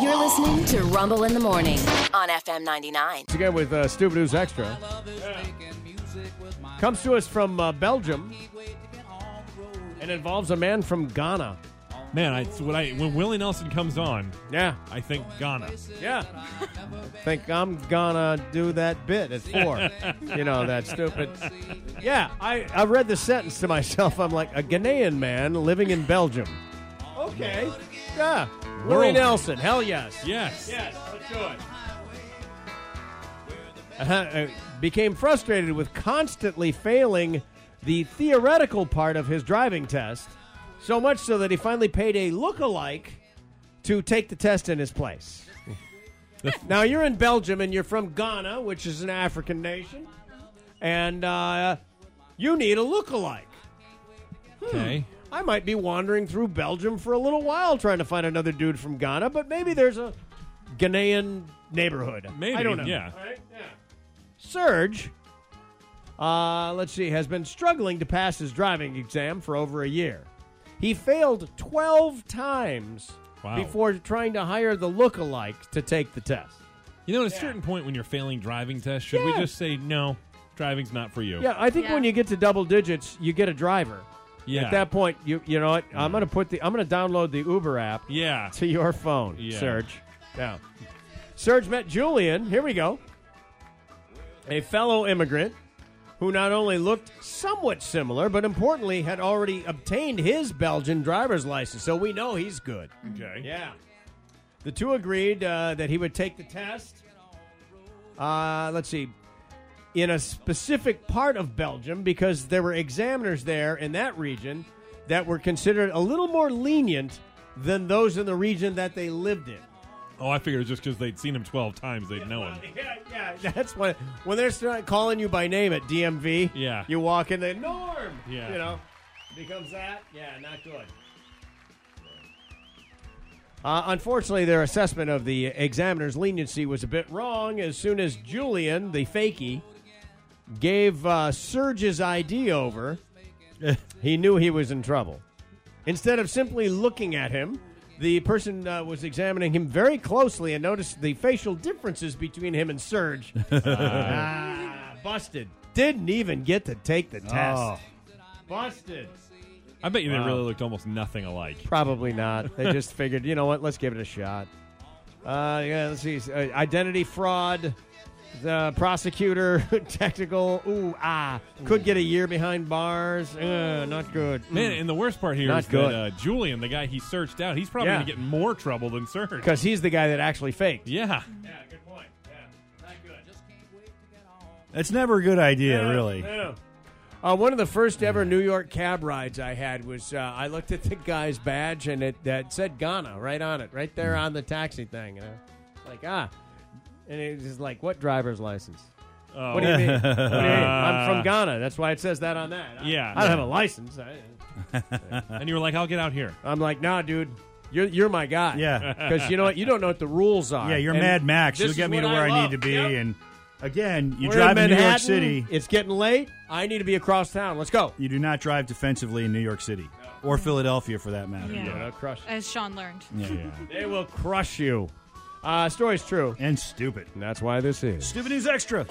You're listening to Rumble in the Morning on FM 99. Once again with uh, Stupid News Extra. Comes to us from uh, Belgium and involves a man from Ghana. Man, I, it's what I, when Willie Nelson comes on, Yeah, I think Ghana. yeah. Think I'm gonna do that bit at four. you know, that stupid. Yeah, I, I read the sentence to myself. I'm like, a Ghanaian man living in Belgium. Okay. Yeah. Willie World- Nelson, hell yes. Yes. Yes, let's do it. Uh, became frustrated with constantly failing the theoretical part of his driving test, so much so that he finally paid a look-alike to take the test in his place. now you're in Belgium and you're from Ghana, which is an African nation, and uh, you need a look-alike. Hmm. Okay. I might be wandering through Belgium for a little while trying to find another dude from Ghana, but maybe there's a Ghanaian neighborhood. Maybe, I don't know. yeah. All right, yeah. Serge, uh, let's see, has been struggling to pass his driving exam for over a year. He failed 12 times Wow. before trying to hire the look-alike to take the test. You know, at a certain point when you're failing driving tests, should we Yeah. just say, no, driving's not for you? Yeah, I think Yeah. when you get to double digits, you get a driver. Yeah. Mm. At that point, you you know what? I'm going to put the I'm going to download the Uber app. yeah. to your phone, Yeah. Serge. Yeah. Serge met Julian. Here we go. A fellow immigrant who not only looked somewhat similar, but importantly had already obtained his Belgian driver's license. So we know he's good. Okay. Yeah. The two agreed uh, that he would take the test. Uh, let's see. In a specific part of Belgium, because there were examiners there in that region that were considered a little more lenient than those in the region that they lived in. Oh, I figured it was just because they'd seen him 12 times, they'd know him. Yeah, yeah, that's when when they're start calling you by name at DMV. Yeah. you walk in, they Norm. Yeah. you know, becomes that. Yeah, not good. Uh, unfortunately, their assessment of the examiner's leniency was a bit wrong. As soon as Julian, the fakey, gave uh, Serge's ID over, he knew he was in trouble. Instead of simply looking at him, the person uh, was examining him very closely and noticed the facial differences between him and Serge. ah, busted. Didn't even get to take the test. Busted. I bet you Wow. they really looked almost nothing alike. Probably not. They just figured, you know what? Let's give it a shot. Uh, yeah, let's see. Uh, identity fraud. The prosecutor, technical. Ooh, ah, could get a year behind bars. Uh, not good. Man, and the worst part here is Not good. that uh, Julian, the guy he searched out, he's probably Yeah. going to get in more trouble than Serge. because he's the guy that actually faked. Yeah. Yeah, good point. Yeah, not good. That's never a good idea, really. Uh, one of the first ever New York cab rides I had was uh, I looked at the guy's badge and it that said Ghana right on it, right there on the taxi thing. And I was like, ah. And it was like, what driver's license? Oh. What do you mean? What do you mean? I'm from Ghana. That's why it says that on that. I- Yeah. I don't have a license. I, And you were like, I'll get out here. I'm like, nah, dude. You're, you're my guy. Yeah. Because you know what? You don't know what the rules are. Yeah, you're And Mad Max. this You'll get is me to what where I, love. need to be. Yep. And again, you We're drive in in New York Manhattan. City. It's getting late. I need to be across town. Let's go. You do not drive defensively in New York City or Philadelphia, for that matter. Yeah. They'll crush. As Sean learned. Yeah. They will crush you. Uh, story's true. and stupid. And that's why this is. Stupid News Extra.